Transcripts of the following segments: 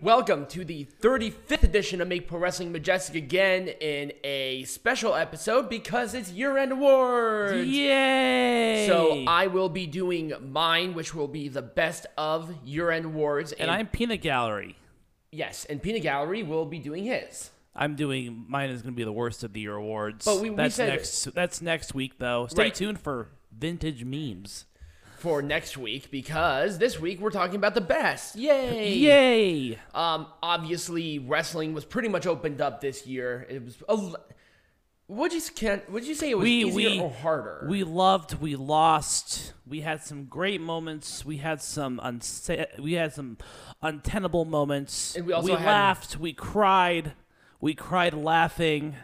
Welcome to the 35th edition of Make Pro Wrestling Majestic again in a special episode because it's year end awards. Yay! So I will be doing mine, which will be the best of year end awards. and I'm Peanut Gallery. yes, and Pina Gallery will be doing his. I'm doing mine is going to be the worst of the year awards. But we- we that's said- next. That's next week though. Stay Right. tuned for vintage memes. For next week, because this week we're talking about the best. Yay! Yay! Um, obviously, wrestling was pretty much opened up this year. It was a. l- Would you s- can? Would you say it was We easier we or harder? We loved. We lost. We had some great moments. We had some unsa- We had some untenable moments. And we also had- laughed. We cried. We cried laughing.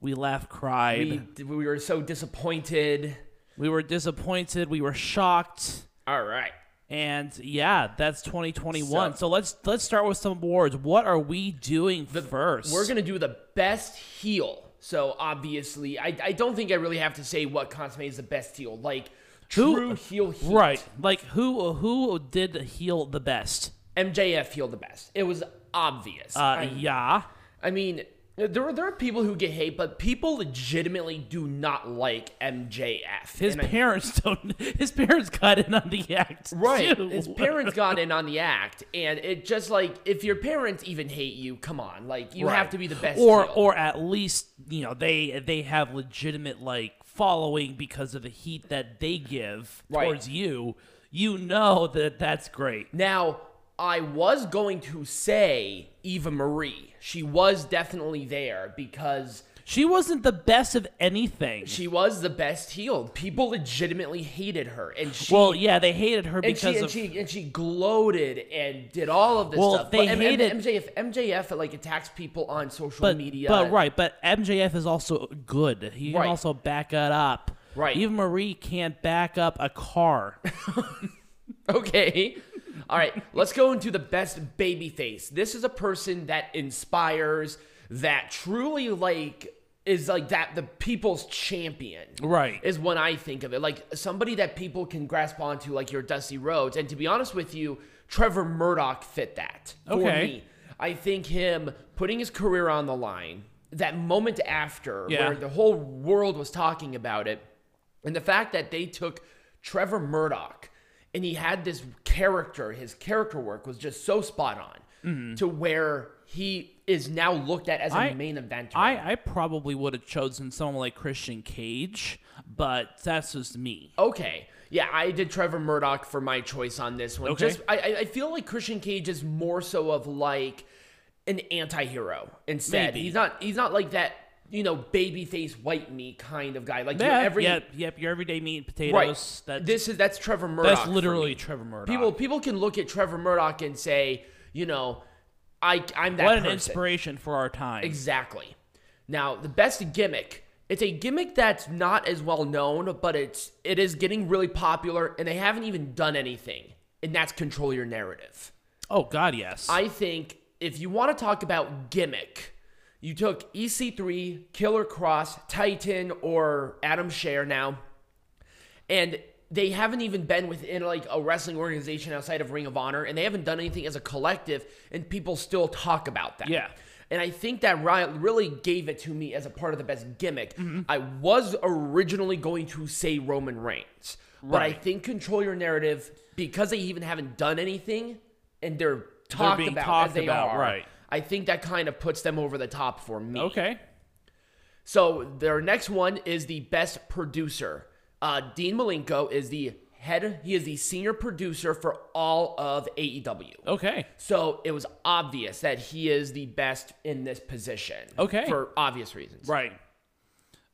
We laughed. Cried. we, we were so disappointed. we were disappointed. We were shocked. All right. And yeah, that's 2021. So- So, let's let's start with some awards. What are we doing first? We're gonna do the best heel. So obviously, I, I don't think I really have to say what consummate is the best heel. Like Who- true heel, heel. right. Like who who did heal the best? MJF heel the best. It was obvious. Uh, I, yeah. I mean, there are there are people who get hate, but people legitimately do not like MJF. His And I- parents don't. His parents got in on the act. Right. too. His parents got in on the act, and it just like if your parents even hate you, come on, like you have Right. to be the best. Or heel. or at least you know they they have legitimate like following because of the heat that they give Right. towards you. You know that that's great. Now, I was going to say Eva Marie. She was definitely there because She wasn't the best of anything. she was the best healed. People legitimately hated her, and she well, yeah, they hated her and because she, and of she and she gloated and did all of this Well, stuff. they but M- hated- M- MJF. MJF like attacks people on social but, media. But right, but MJF is also good. He Right. can also back it up. Right. Eva Marie can't back up a car. Okay. All right, let's go into the best baby face. This is a person that inspires, that truly like is like that the people's champion. Right. Is when I think of it. Like somebody that people can grasp onto like your Dusty Rhodes. And to be honest with you, Trevor Murdoch fit that for Okay. me. I think him putting his career on the line, that moment after Yeah. where the whole world was talking about it, and the fact that they took Trevor Murdoch and he had this character, his character work was just so spot on to where he is now looked at as a Mm-hmm. I- main eventer. I, I probably would have chosen someone like Christian Cage, but that's just me. okay. Yeah, I did Trevor Murdoch for my choice on this one. Okay. Just I, I- I feel like Christian Cage is more so of like an anti-hero instead. Maybe. He's not he's not like that, you know, babyface white meat kind of guy. Like you know, Yeah, every yep, yep, your everyday meat and potatoes. right. That's, this is that's Trevor Murdoch. that's for me. literally Trevor Murdoch. people people can look at Trevor Murdoch and say, you know, I I'm that what an person. inspiration for our time. exactly. Now, the best gimmick. It's a gimmick that's not as well known, but it's it is getting really popular and they haven't even done anything. And that's control your narrative. oh, God, yes. I think if you want to talk about gimmick, you took EC3, Killer Cross, Titan, or Adam Scher now, and they haven't even been within like a wrestling organization outside of Ring of Honor, and they haven't done anything as a collective, and people still talk about that. Yeah. And I think that Riot really gave it to me as a part of the best gimmick. Mm-hmm. I was originally going to say Roman Reigns, but I Right. think control your narrative because they even haven't done anything and they're talked being about as talked they about, are. right. I think that kind of puts them over the top for me. okay. So their next one is the best producer. Uh, Dean Malenko is the head. He is the senior producer for all of AEW. Okay. So it was obvious that he is the best in this position. Okay. For obvious reasons. Right.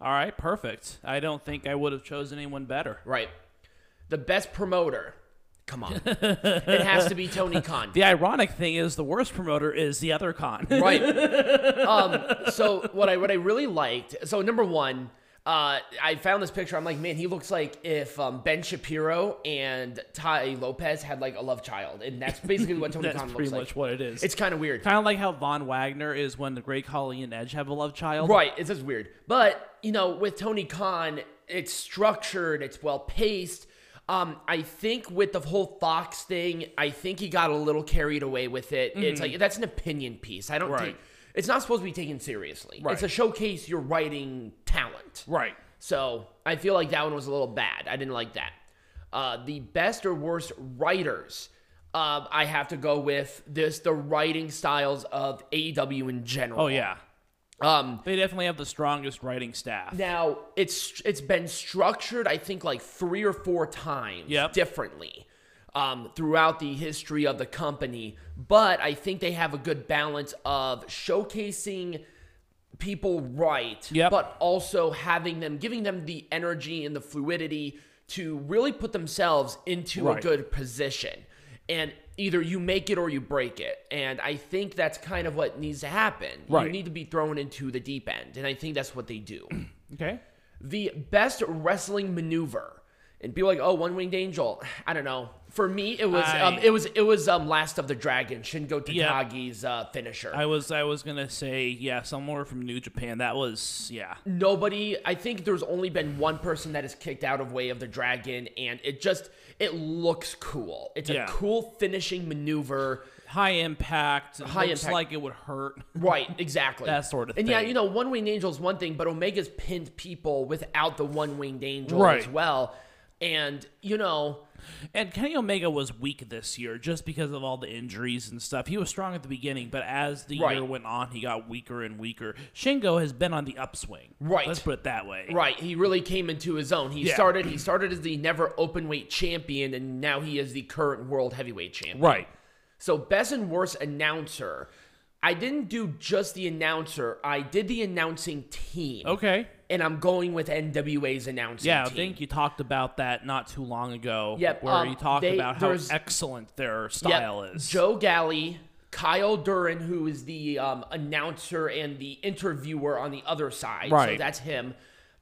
All right, perfect. I don't think I would have chosen anyone better. Right. The best promoter. Come on. it has to be Tony Khan. The ironic thing is the worst promoter is the other con. Right. um, so what I what I really liked. So number one, uh, I found this picture. I'm like, man, he looks like if um, Ben Shapiro and Ty Lopez had like a love child, and that's basically what Tony That's Khan pretty looks much like. what it is. It's kind of weird. kind of like how Von Wagner is when the Great Collie and Edge have a love child. Right, it's just weird. But, you know, with Tony Khan, it's structured, it's well paced. Um, I think with the whole Fox thing, I think he got a little carried away with it. It's like that's an opinion piece. I don't Mm-hmm. Right. take. It's not supposed to be taken seriously. Right. It's a showcase your writing talent. Right. So I feel like that one was a little bad. I didn't like that. Uh, the best or worst writers, uh, I have to go with this the writing styles of AEW in general. Oh yeah. Um, They definitely have the strongest writing staff. now it's it's been structured, I think, like three or four times Yep. differently um, throughout the history of the company. But I think they have a good balance of showcasing people right, Yep. but also having them giving them the energy and the fluidity to really put themselves into a Right. good position. And either you make it or you break it. And I think that's kind of what needs to happen. You Right. need to be thrown into the deep end. And I think that's what they do Okay. the best wrestling maneuver. And people are like, oh, One Winged Angel. I don't know. For me, it was I- um, it was it was um, Last of the Dragon, Shingo Yeah. Takagi's uh, finisher. I was I was gonna say yeah somewhere from New Japan. That was yeah. Nobody, I think there's only been one person that is kicked out of Way of the Dragon, and it just it looks cool. It's Yeah. a cool finishing maneuver. High impact. It High looks impact. like it would hurt. Right, exactly. That sort of and yeah, thing. you know, one winged angel is one thing, but Omega's pinned people without the one winged angel as Right. well. And, you know, And Kenny Omega was weak this year just because of all the injuries and stuff. He was strong at the beginning, but as the Right. year went on, he got weaker and weaker. Shingo has been on the upswing. Right. Let's put it that way. Right, he really came into his own. He Yeah. started he started as the never open weight champion and now he is the current world heavyweight champion. Right. So best and worst announcer. I didn't do just the announcer. I did the announcing team. Okay. And I'm going with NWA's announcing Yeah, I team. think you talked about that not too long ago. Yep, Where um, you talked they- about how there's- excellent their Yep, style is. Joe Galley, Kyle Duran, who is the um, announcer and the interviewer on the other side. So Right. that's him.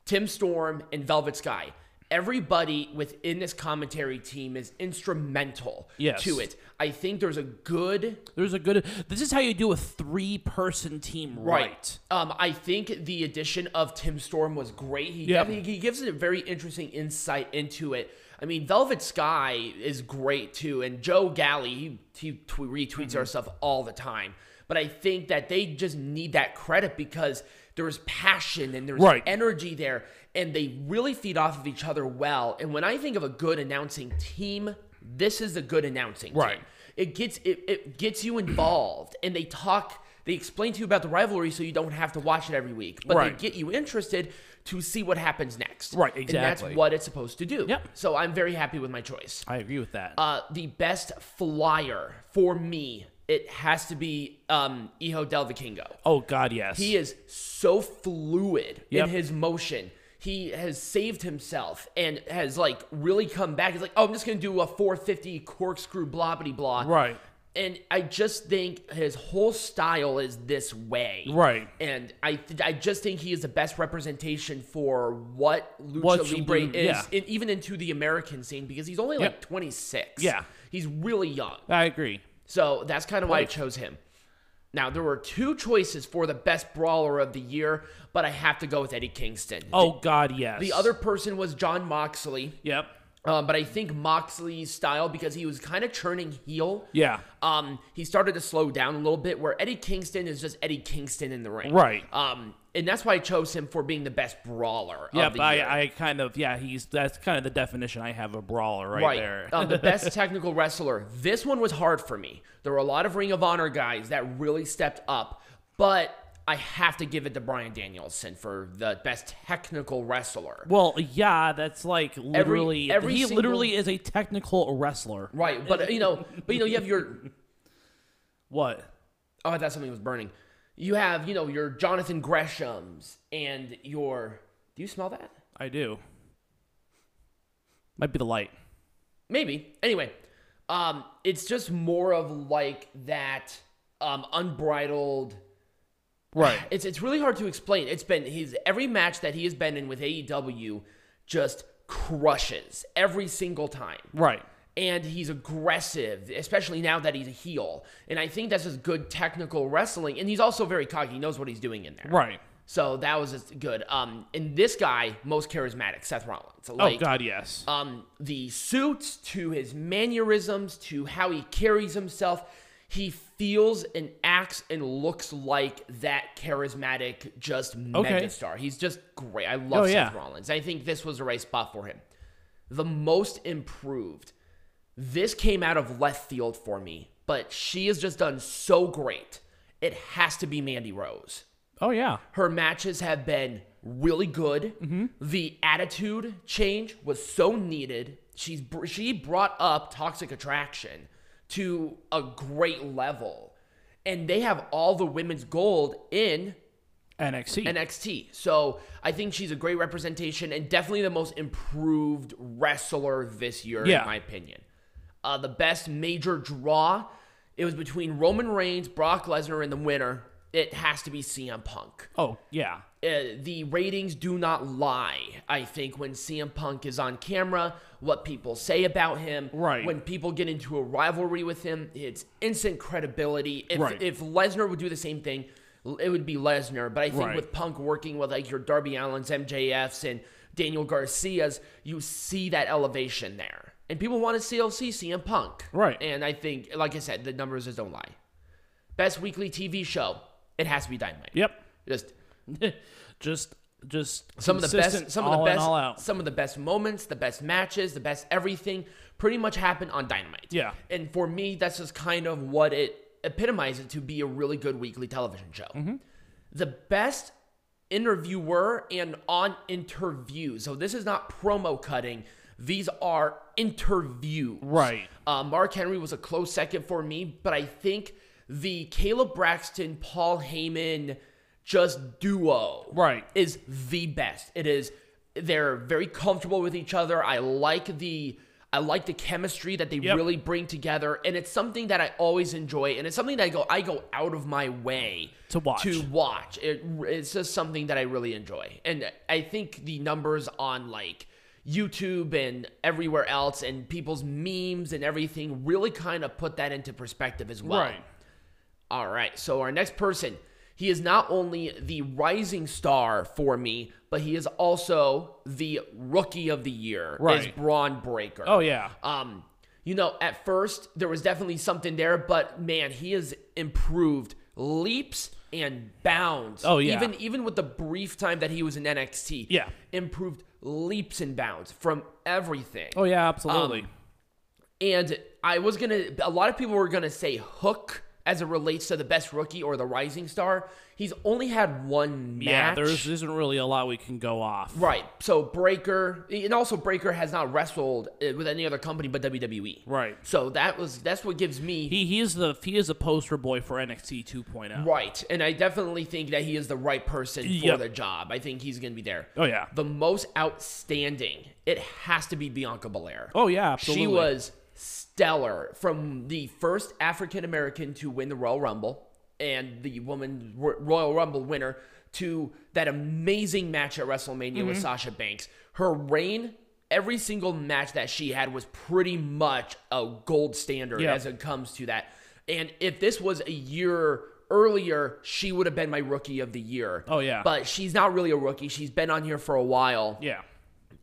Tim Storm and Velvet Sky. Everybody within this commentary team is instrumental Yes. to it. I think there's a good There's a good. This is how you do a three person team right. Um, I think the addition of Tim Storm was great. He, Yep. he, he gives it a very interesting insight into it. I mean, Velvet Sky is great too, and Joe Galley he, he tw- retweets Mm-hmm. our stuff all the time. But I think that they just need that credit because there's passion and there's Right. energy there, and they really feed off of each other well. And when I think of a good announcing team, this is a good announcing Right. team. It gets it, it gets you involved, and they talk, they explain to you about the rivalry, so you don't have to watch it every week. But Right. they get you interested to see what happens next. Right, And exactly. that's what it's supposed to do. Yep. So I'm very happy with my choice. I agree with that. Uh, the best flyer for me, it has to be um, Iho Del Vikingo. oh God, yes. He is so fluid Yep. in his motion. He has saved himself and has like really come back. He's like, oh, I'm just gonna do a 450 corkscrew blah blah blah. Right. And I just think his whole style is this way. Right. And I th- I just think he is the best representation for what Lucha What you Libre do, is, yeah. and even into the American scene because he's only like Yep. 26. Yeah. He's really young. I agree. So that's kind of why I Right. chose him. Now there were two choices for the best brawler of the year, but I have to go with Eddie Kingston. Oh God, yes. The other person was John Moxley, Yep. um, but I think Moxley's style because he was kind of churning heel. Yeah. Um, he started to slow down a little bit, where Eddie Kingston is just Eddie Kingston in the ring. Right. Um, and that's why I chose him for being the best brawler. of Yep. the year. I, I kind of yeah. He's that's kind of the definition I have of brawler right, there. um, the best technical wrestler. This one was hard for me. There were a lot of Ring of Honor guys that really stepped up, but I have to give it to Brian Danielson for the best technical wrestler. well, yeah, that's like literally every he single- literally is a technical wrestler. Right, but you know, but you know, you have your What? oh, I thought something was burning. You have you know your Jonathan Greshams and your. Do you smell that? I do. Might be the light. Maybe. Anyway, um, it's just more of like that um, unbridled Right. It's it's really hard to explain. It's been his every match that he has been in with AEW just crushes every single time. right. And he's aggressive, especially now that he's a heel. And I think that's just good technical wrestling. And he's also very cocky. He knows what he's doing in there. Right. So that was just good. Um, and this guy, most charismatic, Seth Rollins. Oh Like, God, yes. um, the suits to his mannerisms to how he carries himself. He feels and acts and looks like that charismatic, just megastar. He's just great. I love Oh, Seth yeah. Rollins. I think this was the right spot for him. The most improved. This came out of left field for me, but she has just done so great. It has to be Mandy Rose Oh yeah. her matches have been really good. The attitude change was so needed. She's br- she brought up toxic attraction to a great level, and they have all the women's gold in NXT. NXT. So I think she's a great representation and definitely the most improved wrestler this year, Yeah. in my opinion. Uh, the best major draw, it was between Roman Reigns, Brock Lesnar, and the winner. It has to be CM Punk oh yeah. uh, the ratings do not lie. I think when CM Punk is on camera, what people say about him, Right. When people get into a rivalry with him, it's instant credibility. If Right. if Lesnar would do the same thing, l- it would be Lesnar. But I think Right. with Punk working with like your Darby Allen's, MJF's, and Daniel Garcia's, you see that elevation there, and people want to see LC CM Punk, Right. And I think, like I said, the numbers just don't lie. Best weekly TV show, it has to be Dynamite. Yep. Just just just some of the best consistent some all of the in, best all out. some of the best moments the best matches the best everything pretty much happened on dynamite Yeah. and for me that's just kind of what it epitomizes to be a really good weekly television show Mm-hmm. the best interviewer and on interview so this is not promo cutting these are interviews Right. uh, Mark Henry was a close second for me, but I think the Caleb Braxton, Paul Heyman, just duo Right. is the best. It is they're very comfortable with each other. I like the I like the chemistry that they Yep. really bring together, and it's something that I always enjoy, and it's something that I go I go out of my way To watch. to watch. It, it's just something that I really enjoy, and I think the numbers on like YouTube and everywhere else, and people's memes and everything, really kind of put that into perspective as well. Right. All right. So our next person, he is not only the rising star for me, but he is also the rookie of the year. Is Right. Braun Breaker. Oh yeah. Um, you know, at first there was definitely something there, but man, he has improved leaps and bounds. Oh, yeah. Even even with the brief time that he was in NXT. Yeah. Improved leaps and bounds from everything. Oh yeah, absolutely. Um, And I was gonna. A lot of people were gonna say Hook as it relates to the best rookie or the rising star. He's only had one match. yeah, there's isn't really a lot we can go off. right. So Breaker, and also Breaker has not wrestled uh, with any other company but WWE. Right. So that was that's what gives me He he is the he is a poster boy for NXT 2.0. right, and I definitely think that he is the right person for Yep. the job. I think he's gonna be there. Oh yeah. The most outstanding, it has to be Bianca Belair. Oh yeah, absolutely. She was stellar from the first African American to win the Royal Rumble and the woman Ro- Royal Rumble winner to that amazing match at WrestleMania Mm-hmm. with Sasha Banks. Her reign, every single match that she had was pretty much a gold standard Yeah. as it comes to that. And if this was a year earlier, she would have been my rookie of the year. Oh, yeah. But she's not really a rookie. She's been on here for a while Yeah.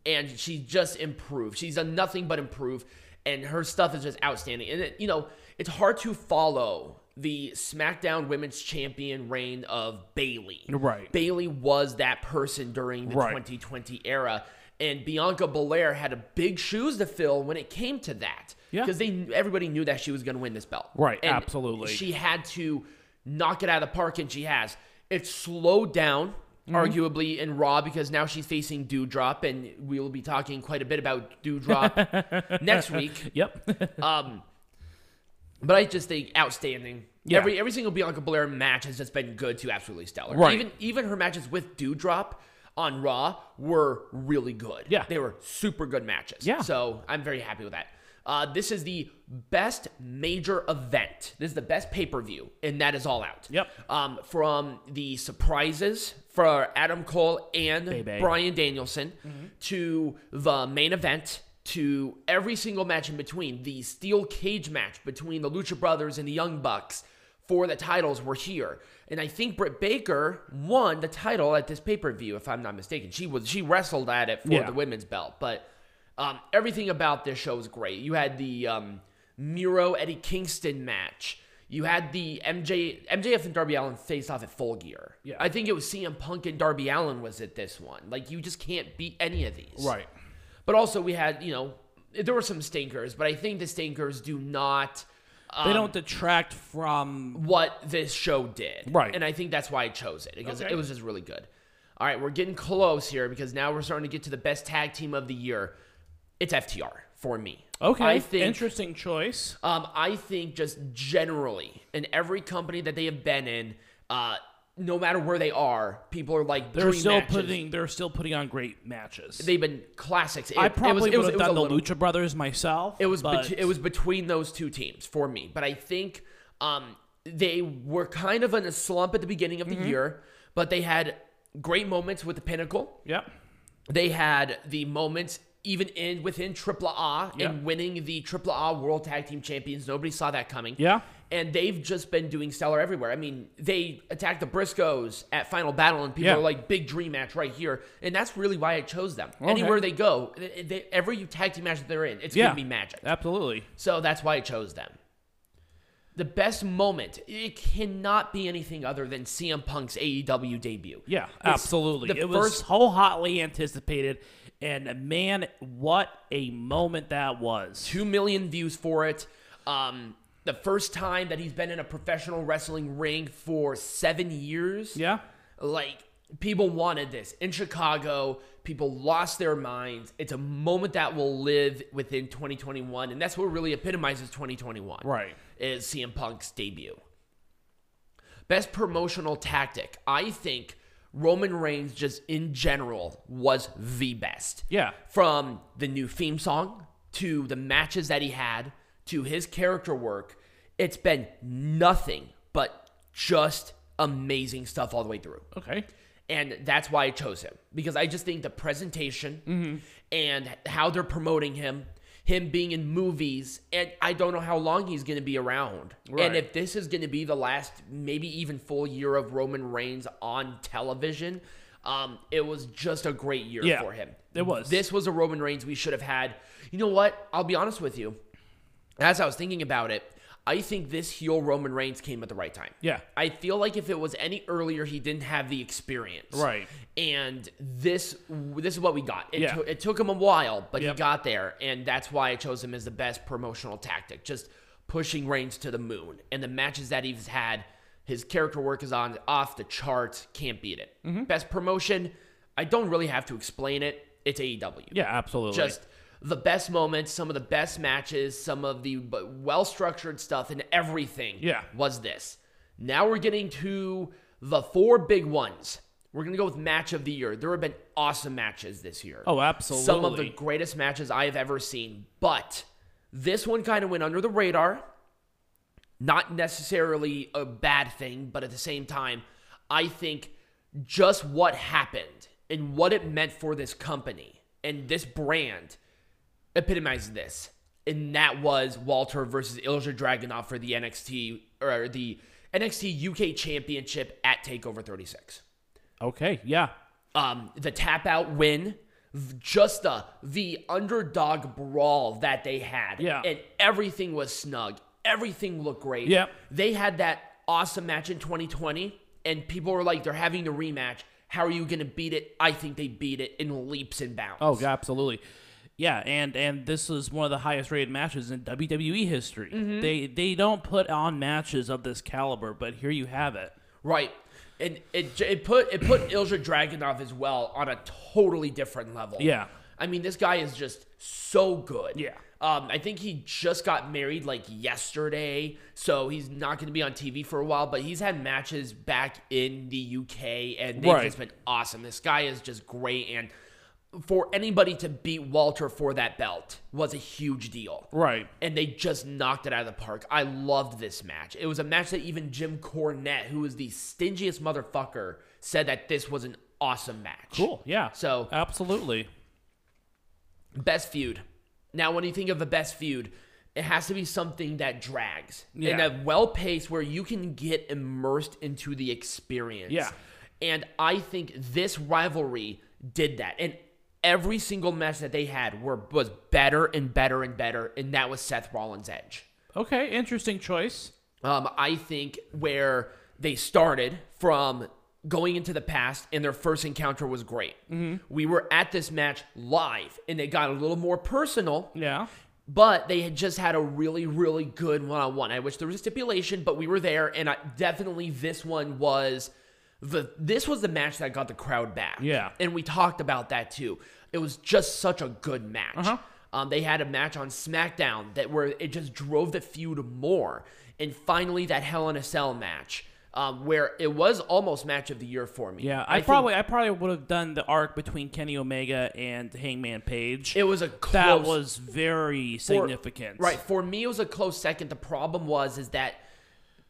and she just improved. She's done nothing but improve, and her stuff is just outstanding. And it, you know, it's hard to follow the SmackDown Women's Champion reign of Bailey. Right. Bailey was that person during the Right. 2020 era, and Bianca Belair had a big shoes to fill when it came to that. Yeah. because they everybody knew that she was going to win this belt. Right, And absolutely. She had to knock it out of the park, and she has. It slowed down, Mm-hmm. arguably, in Raw because now she's facing Dewdrop, and we will be talking quite a bit about Dewdrop next week. Yep. Um, but I just think outstanding. Yeah. Every every single Bianca Blair match has just been good to absolutely stellar. Right. Even even her matches with Dewdrop on Raw were really good. Yeah. They were super good matches. Yeah. So I'm very happy with that. Uh, this is the best major event. This is the best pay per view, and that is all out. Yep. Um, from the surprises for Adam Cole and Baby. Brian Danielson to the main event to every single match in between the steel cage match between the Lucha Brothers and the Young Bucks for the titles were here. And I think Britt Baker won the title at this pay per view, if I'm not mistaken. She was she wrestled at it for Yeah. the women's belt, but um, everything about this show was great. You had the um, Miro Eddie Kingston match. You had the MJ MJF and Darby Allen face off at Full Gear. Yeah. I think it was CM Punk and Darby Allen was at this one. Like you just can't beat any of these. Right. But also we had you know there were some stinkers, but I think the stinkers do not Um, they don't detract from. what this show did. Right. And I think that's why I chose it because Okay. it was just really good. All right, we're getting close here because now we're starting to get to the best tag team of the year. It's FTR for me. Okay. I think interesting choice. um, I think just generally in every company that they have been in, uh, no matter where they are, people are like They're dream still matches. putting. They're still putting on great matches. They've been classics. It, I probably it was, it would was, have it was done a the little- Lucha Brothers myself. It was but bet- it was between those two teams for me, but I think um, they were kind of in a slump at the beginning of the Mm-hmm. year, but they had great moments with the Pinnacle. Yep. They had the moments even in within Triple A Yeah. and winning the Triple A World Tag Team Champions. Nobody saw that coming. Yeah. And they've just been doing stellar everywhere. I mean, they attacked the Briscoes at Final Battle, and people Yeah. are like, "Big dream match right here," and that's really why I chose them. Okay. Anywhere they go, they, they, every tag team match that they're in, it's Yeah. gonna be magic. Absolutely. So that's why I chose them. The best moment, it cannot be anything other than CM Punk's AEW debut. Yeah. It's absolutely. The it was first, so hotly anticipated, and man, what a moment that was. two million views for it. Um, the first time that he's been in a professional wrestling ring for seven years. Yeah. Like, people wanted this. In Chicago, people lost their minds. It's a moment that will live within 2021, and that's what really epitomizes 2021. Right. is CM Punk's debut. Best promotional tactic. I think Roman Reigns, just in general, was the best. Yeah. From the new theme song to the matches that he had to his character work, it's been nothing but just amazing stuff all the way through. Okay. And that's why I chose him because I just think the presentation and how they're promoting him, him being in movies, and I don't know how long he's going to be around. Right. And if this is going to be the last, maybe even full year of Roman Reigns on television, um, it was just a great year Yeah, for him. it was. This was a Roman Reigns we should have had. You know what? I'll be honest with you. As I was thinking about it, I think this heel Roman Reigns came at the right time. Yeah. I feel like if it was any earlier, he didn't have the experience. Right. And this this is what we got. It, Yeah. to- it took him a while, but Yep. he got there, and that's why I chose him as the best promotional tactic. Just pushing Reigns to the moon, and the matches that he's had, his character work is on off the charts. Can't beat it. Mm-hmm. Best promotion. I don't really have to explain it. It's E AEW Yeah. Absolutely. just the best moments, some of the best matches, some of the well structured stuff, and everything. Yeah. was this. Now we're getting to the four big ones. We're gonna go with match of the year. There have been awesome matches this year. Some Oh, of the absolutely. greatest matches I have ever seen. But this one kind of went under the radar. Not necessarily a bad thing, but at the same time, I think just what happened and what it meant for this company and this brand epitomizes this. And that was Walter versus Ilja Dragunov for the NXT or the NXT UK Championship at Takeover 36 okay. Yeah. um, the tap out win, v- just the the underdog brawl that they had. Yeah. And everything was snug. Everything looked great. Yeah. They had that awesome match in 2020, and people were like, they're having the rematch. How are you gonna beat it? I think they beat it in leaps and bounds. Oh, yeah, absolutely. Yeah, and and this was one of the highest rated matches in WWE history. Mm-hmm. They they don't put on matches of this caliber, but here you have it. Right. And it j- it put it put Ilja Dragunov as well on a totally different level. Yeah. I mean, this guy is just so good. Yeah. Um, I think he just got married like yesterday, so he's not going to be on TV for a while. But he's had matches back in the UK, and they've Right. just been awesome. This guy is just great, and for anybody to beat Walter for that belt was a huge deal Right. and they just knocked it out of the park. I loved this match. It was a match that even Jim Cornette, who is the stingiest motherfucker, said that this was an awesome match. Cool. Yeah. So- absolutely. Best feud. Now, when you think of the best feud, It has to be something that drags Yeah. and a well paced where you can get immersed into the experience. Yeah. And I think this rivalry did that. And every single match that they had were was better and better and better, and that was Seth Rollins' edge. Okay, interesting choice. Um, I think where they started from going into the past and their first encounter was great. We were at this match live and it got a little more personal, Yeah. but they had just had a really, really good one on one. I wish there was a stipulation, but we were there and I, definitely this one was the this was the match that got the crowd back. Yeah. And we talked about that too. It was just such a good match. Uh-huh. Um, they had a match on SmackDown that where it just drove the feud more. And finally, that Hell in a Cell match, um, where it was almost match of the year for me. Yeah, I, think probably I probably would have done the arc between Kenny Omega and Hangman Page. it was a close, that was very for- significant. right for me. It was a close second. The problem was is that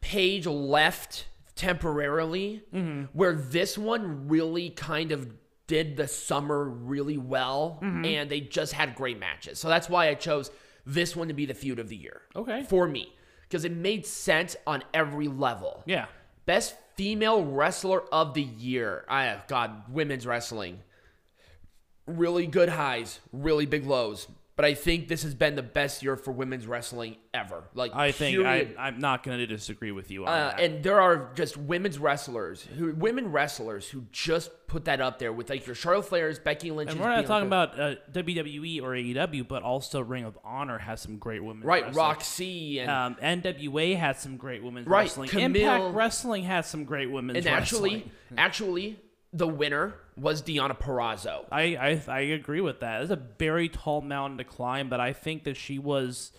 Paige left temporarily, Mm-hmm. where this one really kind of did the summer really well, Mm-hmm. and they just had great matches. So that's why I chose this one to be the feud of the year. Okay. for me because it made sense on every level. Yeah. Best female wrestler of the year. I God, women's wrestling. Really good highs, really big lows. But I think this has been the best year for women's wrestling ever. Like I think period. I, I'm not going to disagree with you on Uh, that. and there are just women's wrestlers who women wrestlers who just put that up there with like your Charlotte Flairs, Becky Lynch. And we're not talking about uh, WWE or AEW, but also Ring of Honor has some great women. right wrestling. Roxy and Um, NWA had some great women's Right, wrestling. Camille- Impact Wrestling has some great and women's wrestling. actually actually the winner was Deanna Perrazzo. I, I I agree with that. It's a very tall mountain to climb, but I think that she was,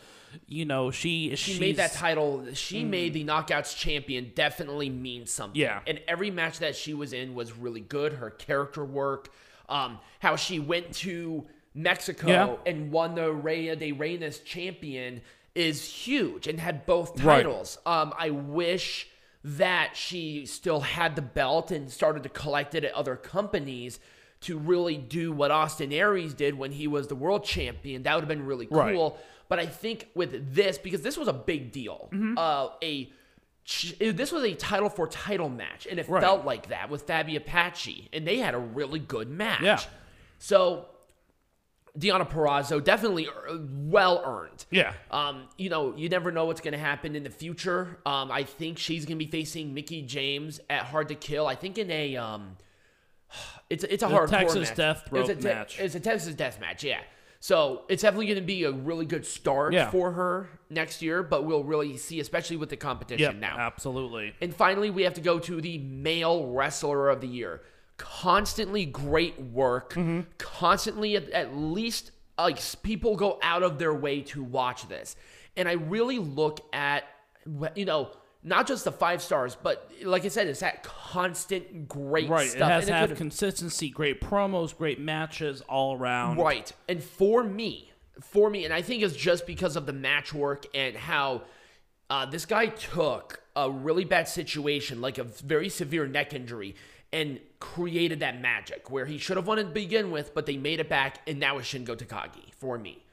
you know, she she made that title she made the knockouts champion definitely mean something Hmm. Yeah. and every match that she was in was really good her character work um how she went to mexico Yeah. and won the Rey de Reyes champion is huge and had both Right. titles um i wish that she still had the belt and started to collect it at other companies to really do what Austin Aries did when he was the world champion, that would have been really cool. Right. But I think with this, because this was a big deal, Mm-hmm. uh, a ch- it- this was a title for title match, and it Right. felt like that with Fabi Apache, and they had a really good match. Yeah. So Deanna Perrazzo definitely er- well earned. Yeah. Um, you know, you never know what's going to happen in the future. Um, I think she's going to be facing Mickey James at Hard to Kill. I think in a um, it's it's a hard Texas match. death rope it's a match. It's a Texas death match. Yeah. So it's definitely going to be a really good start Yeah. for her next year, but we'll really see, especially with the competition Yep, now. absolutely. And finally, we have to go to the male wrestler of the year. Constantly great work. Mm-hmm. Constantly, at, at least, like s- people go out of their way to watch this. And I really look at, wh- you know, not just the five stars, but like I said, it's that constant great Right. stuff. it has And to it have could- consistency, great promos, great matches all around. Right. And for me, for me, and I think it's just because of the match work and how uh, this guy took a really bad situation, like a very severe neck injury, and created that magic where he should have won to begin with, but they made it back, and now it's Shingo Takagi for me.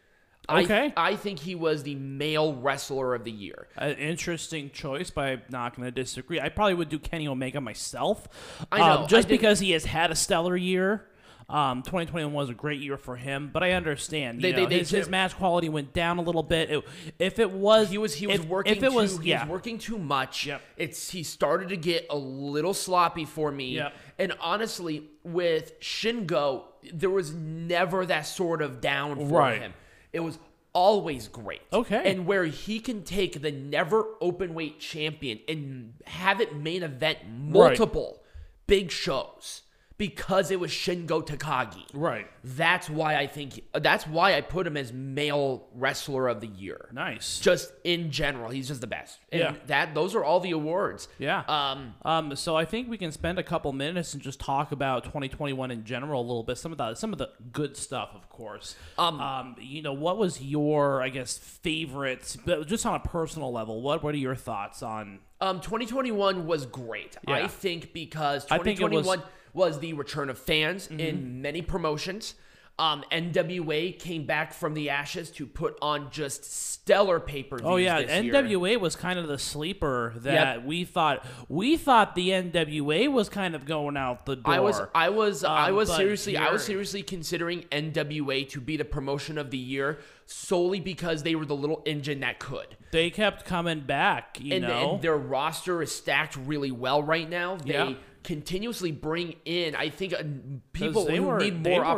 I- Okay. I, think he was the male wrestler of the year. An interesting choice, but I'm not going to disagree. I probably would do Kenny Omega myself. I know, Um, just I did- because he has had a stellar year. Um, 2021 was a great year for him, but I understand. You They- they- know, they his, his do. match quality went down a little bit. It- if it was, He was he was if, working If it too, was, he yeah, was working too much. Yep. It's he started to get a little sloppy for me. Yep. And honestly, with Shingo, there was never that sort of down for Right. him. It was always great. Okay. And where he can take the never open weight champion and have it main event multiple big shows because it was Shingo Takagi. right. That's why I think that's why I put him as male wrestler of the year Nice. just in general, he's just the best. And Yeah. that those are all the awards. Yeah. Um Um, so I think we can spend a couple minutes and just talk about 2021 in general a little bit. Some of the some of the good stuff, of course. Um, you know, what was your, I guess, favorites? But just on a personal level, what what are your thoughts on? um 2021 was great. I Yeah. think because I think it was- Mm-hmm. 2021 was the return of fans in many promotions. Um, NWA came back from the ashes to put on just stellar paper. Oh yeah, NWA was kind of the sleeper that Yep. we thought we thought the NWA was kind of going out the door. I was, I was, I Um, was but seriously, I was here- seriously considering NWA to be the promotion of the year solely because they were the little engine that could. they kept coming back, you and, know. and their roster is stacked really well right now. They Yeah. continuously bring in, I think, uh, 'Cause people they who were, need they more were- Yeah,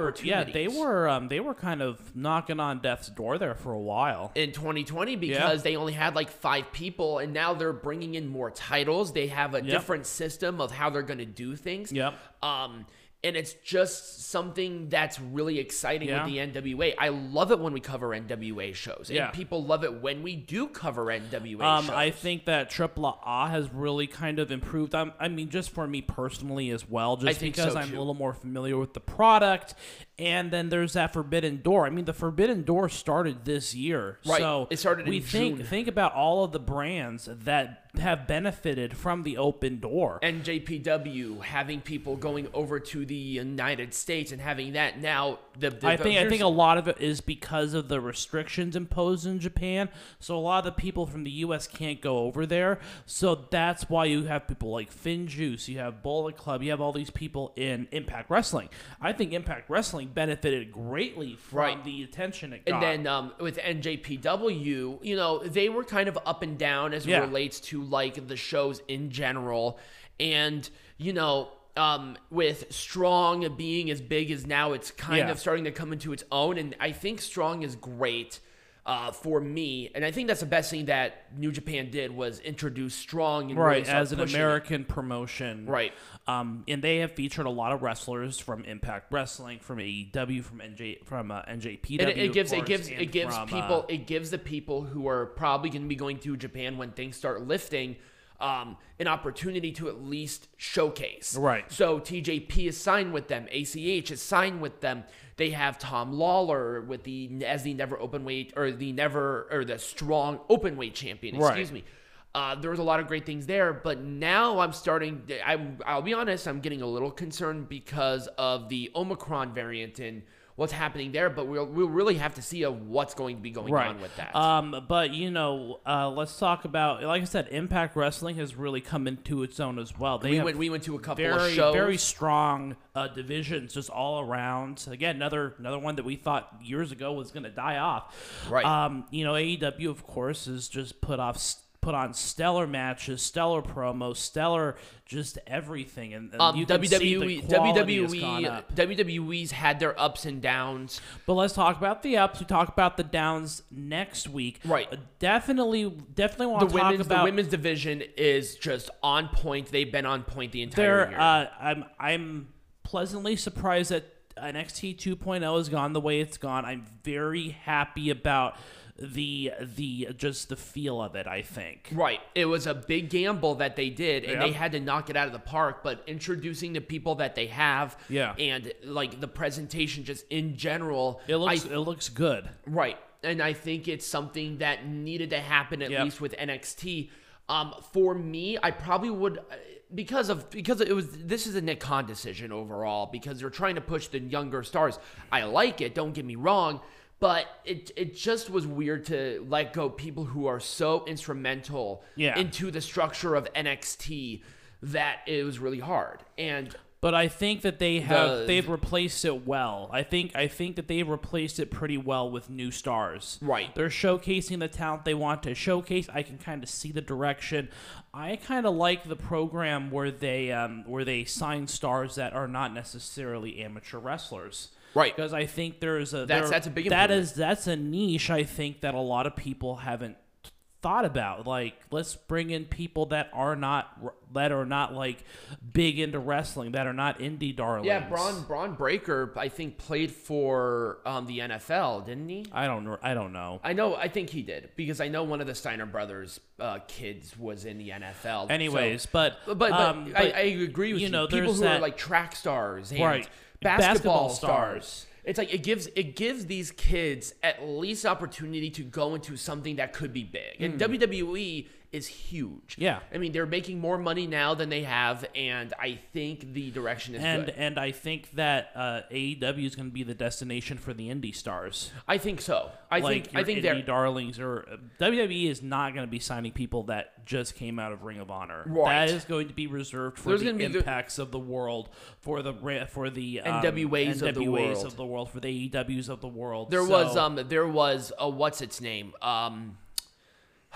opportunities. they were um, they were kind of knocking on death's door there for a while. in 2020 because they only had like five people, and now they're bringing in more titles. They have a different system of how they're going to do things. Yep. Um, and it's just something that's really exciting Yeah. with the NWA. I love it when we cover NWA shows, and Yeah. people love it when we do cover NWA Um, shows. I think that Triple A has really kind of improved. Um, i I mean, just for me personally as well, just think because so, I'm too. a little more familiar with the product. And then there's that Forbidden Door. I mean, the Forbidden Door started this year, Right. so It started in We think June. think about all of the brands that have benefited from the open door. NJPW having people going over to the United States and having that now the, the I think I here's- think a lot of it is because of the restrictions imposed in Japan. So a lot of the people from the U.S. can't go over there. So that's why you have people like Finn Juice, you have Bullet Club, you have all these people in Impact Wrestling. I think Impact Wrestling benefited greatly from Right. the attention it and got. then um, with NJPW, you know, they were kind of up and down as Yeah. it relates to like the shows in general. And, you know, um, with Strong being as big as now, it's kind Yeah. of starting to come into its own. And I think Strong is great uh, for me. And I think that's the best thing that New Japan did was introduce Strong and really right start as an pushing it. American promotion, Right. Um, and they have featured a lot of wrestlers from Impact Wrestling, from AEW, from NJ, from uh, NJPW. And it, it of gives it course, gives and it gives from, uh, people it gives the people who are probably going to be going to Japan when things start lifting um, an opportunity to at least showcase. Right. So TJP is signed with them. ACH is signed with them. They have Tom Lawler with the as the never open weight or the never or the strong open weight champion. Right. Excuse me. Uh, there was a lot of great things there, but now I'm starting. I'm, I'll be honest, I'm getting a little concerned because of the Omicron variant and what's happening there. But we'll we'll really have to see of what's going to be going on with that. Um, but you know, uh, let's talk about like I said, Impact Wrestling has really come into its own as well. They we have went we went to a couple very of shows. very strong uh, divisions just all around. Again, another another one that we thought years ago was going to die off. Right. Um, you know, AEW of course has just put off. Put on stellar matches, stellar promos, stellar just everything, and, and um, you can see WWE the quality has gone up. WWE WWE's had their ups and downs. But let's talk about the ups. We talk about the downs next week. Right. Uh, Definitely, definitely want The to talk women's the about women's division is just on point. They've been on point the entire their. year. Uh, I'm I'm pleasantly surprised that NXT 2.0 has gone the way it's gone. I'm very happy about the the just the feel of it. I think. Right. It was a big gamble that they did, and Yeah. they had to knock it out of the park. But introducing the people that they have, Yeah. and like the presentation just in general, It looks I, it looks good. right. And I think it's something that needed to happen at Yep. least with NXT. Um, for me, I probably would uh, because of because it was this is a Nick Khan decision overall because they're trying to push the younger stars. I like it. Don't get me wrong. But it, it just was weird to let go people who are so instrumental Yeah. into the structure of NXT that it was really hard. And But I think that they have The- they've replaced it well. I think I think that they've replaced it pretty well with new stars. Right. They're showcasing the talent they want to showcase. I can kind of see the direction. I kind of like the program where they um, where they sign stars that are not necessarily amateur wrestlers. Right. Because I think there's a That's- there- that's a big that improvement. is that's a niche I think that a lot of people haven't thought about like let's bring in people that are not that are not like big into wrestling that are not indie darlings yeah, Braun Braun Breaker I think played for um, the NFL, didn't he? i don't know i don't know I know. I think he did because I know one of the Steiner brothers' uh, kids was in the NFL. so- anyways but but but, um, I, I agree with you. you know, people there's who are that- like track stars and Right. basketball, Basketball stars. stars. It's like it gives it gives these kids at least opportunity to go into something that could be big. And WWE E is huge. Hmm. Yeah. I mean, they're making more money now than they have, and I think the direction is And good. and I think that uh, AEW is going to be the destination for the indie stars. I think so. I like think your I think indie they're darlings or uh, WWE E is not going to be signing people that just came out of Ring of Honor. Right. That is going to be reserved for There's the gonna be the- impacts of the world for the ra- for the um, NWAs of the NWAs world. of the world for the AEWs of the world. There So- was um there was a what's its name um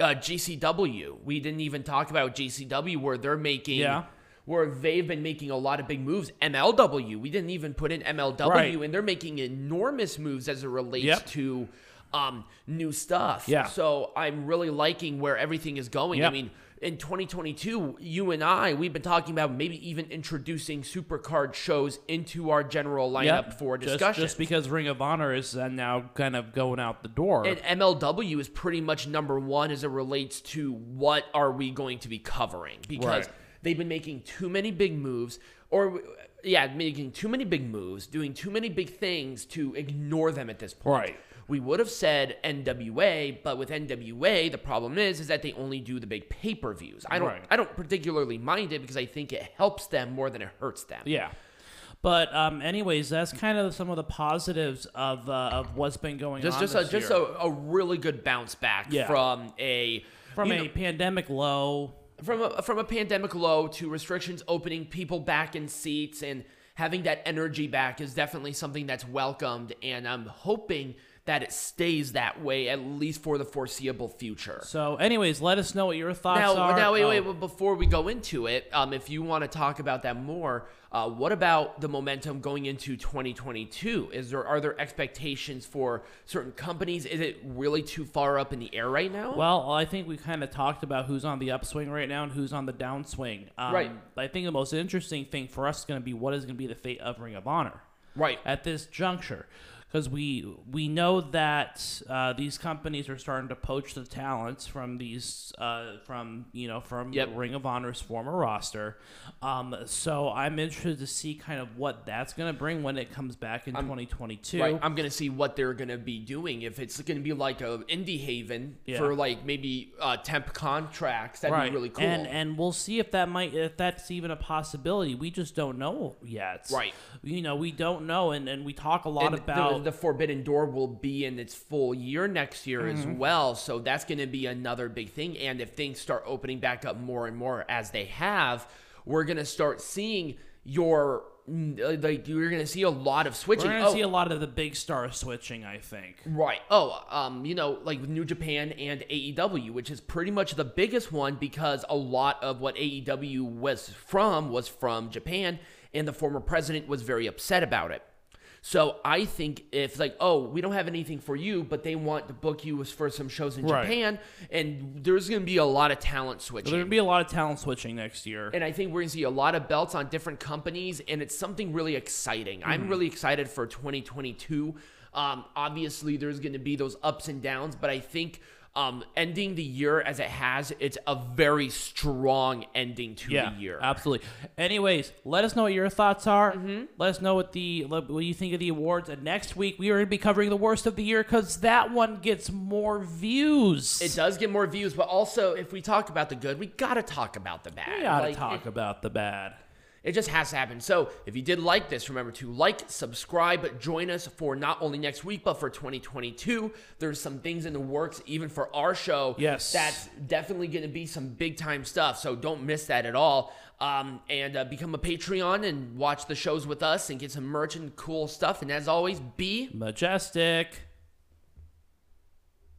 uh, GCW. We didn't even talk about GCW where they're making Yeah. where they've been making a lot of big moves. MLW. We didn't even put in MLW Right. and they're making enormous moves as it relates Yep. to um new stuff. Yeah. So I'm really liking where everything is going. I Yep. mean in 2022, you and I, we've been talking about maybe even introducing supercard shows into our general lineup Yep. for Just- discussion. Just, because Ring of Honor is uh, now kind of going out the door. And MLW is pretty much number one as it relates to what are we going to be covering because Right. they've been making too many big moves or yeah making too many big moves doing too many big things to ignore them at this point Right. we would have said nwa but with nwa the problem is is that they only do the big pay-per-views i don't Right. i don't particularly mind it because i think it helps them more than it hurts them Yeah. But um, anyways, that's kind of some of the positives of uh, of what's been going just on. just a this just year. a, a really good bounce back Yeah. from a from you a know, pandemic low. from a, from a pandemic low to restrictions opening people back in seats and having that energy back is definitely something that's welcomed and I'm hoping that it stays that way at least for the foreseeable future. So, anyways, let us know what your thoughts Now, are. now wait, Oh, wait, wait, before we go into it, um, if you want to talk about that more, uh, what about the momentum going into 2022? Is there are there expectations for certain companies? Is it really too far up in the air right now? Well, I think we kind of talked about who's on the upswing right now and who's on the downswing. Um, Right. I think the most interesting thing for us is going to be what is going to be the fate of Ring of Honor. right. at this juncture because we we know that uh, these companies are starting to poach the talents from these uh, from you know from Yep. Ring of Honor's former roster. Um, so I'm interested to see kind of what that's going to bring when it comes back in 2022. Right. I'm gonna see what they're gonna be doing. If it's gonna be like a indie haven Yeah. for like maybe uh, temp contracts, that'd be really cool. And and we'll see if that might if that's even a possibility. We just don't know yet. Right. You know, we don't know and, and we talk a lot And about the, the Forbidden Door will be in its full year next year as Mm-hmm. well, so that's gonna be another big thing. And if things start opening back up more and more as they have, we're gonna start seeing your mm, like you're gonna see a lot of switching. we're going to Oh, see a lot of the big stars switching, I think. Right. Oh, um, you know, like with New Japan and AEW, which is pretty much the biggest one because a lot of what AEW was from was from Japan, and the former president was very upset about it. So I think if like, oh, we don't have anything for you, but they want to book you for some shows in Right. Japan, and there's going to be a lot of talent switching. There's gonna be a lot of talent switching next year. and I think we're gonna see a lot of belts on different companies, and it's something really exciting. Mm-hmm. I'm really excited for 2022. Um, obviously, there's gonna be those ups and downs, but I think um, ending the year as it has, it's a very strong ending to yeah, the year. absolutely. Anyways, let us know what your thoughts are. Mm-hmm. Let us know what the what you think of the awards. And next week we are gonna be covering the worst of the year because that one gets more views. it does get more views, but also if we talk about the good, we gotta talk about the bad. we gotta Like, talk about the bad. It just has to happen. So if you did like this, remember to like, subscribe, join us for not only next week, but for 2022. There's some things in the works, even for our show. Yes. That's definitely going to be some big time stuff. So don't miss that at all. Um, and uh, become a Patreon and watch the shows with us and get some merch and cool stuff. And as always, be Majestic.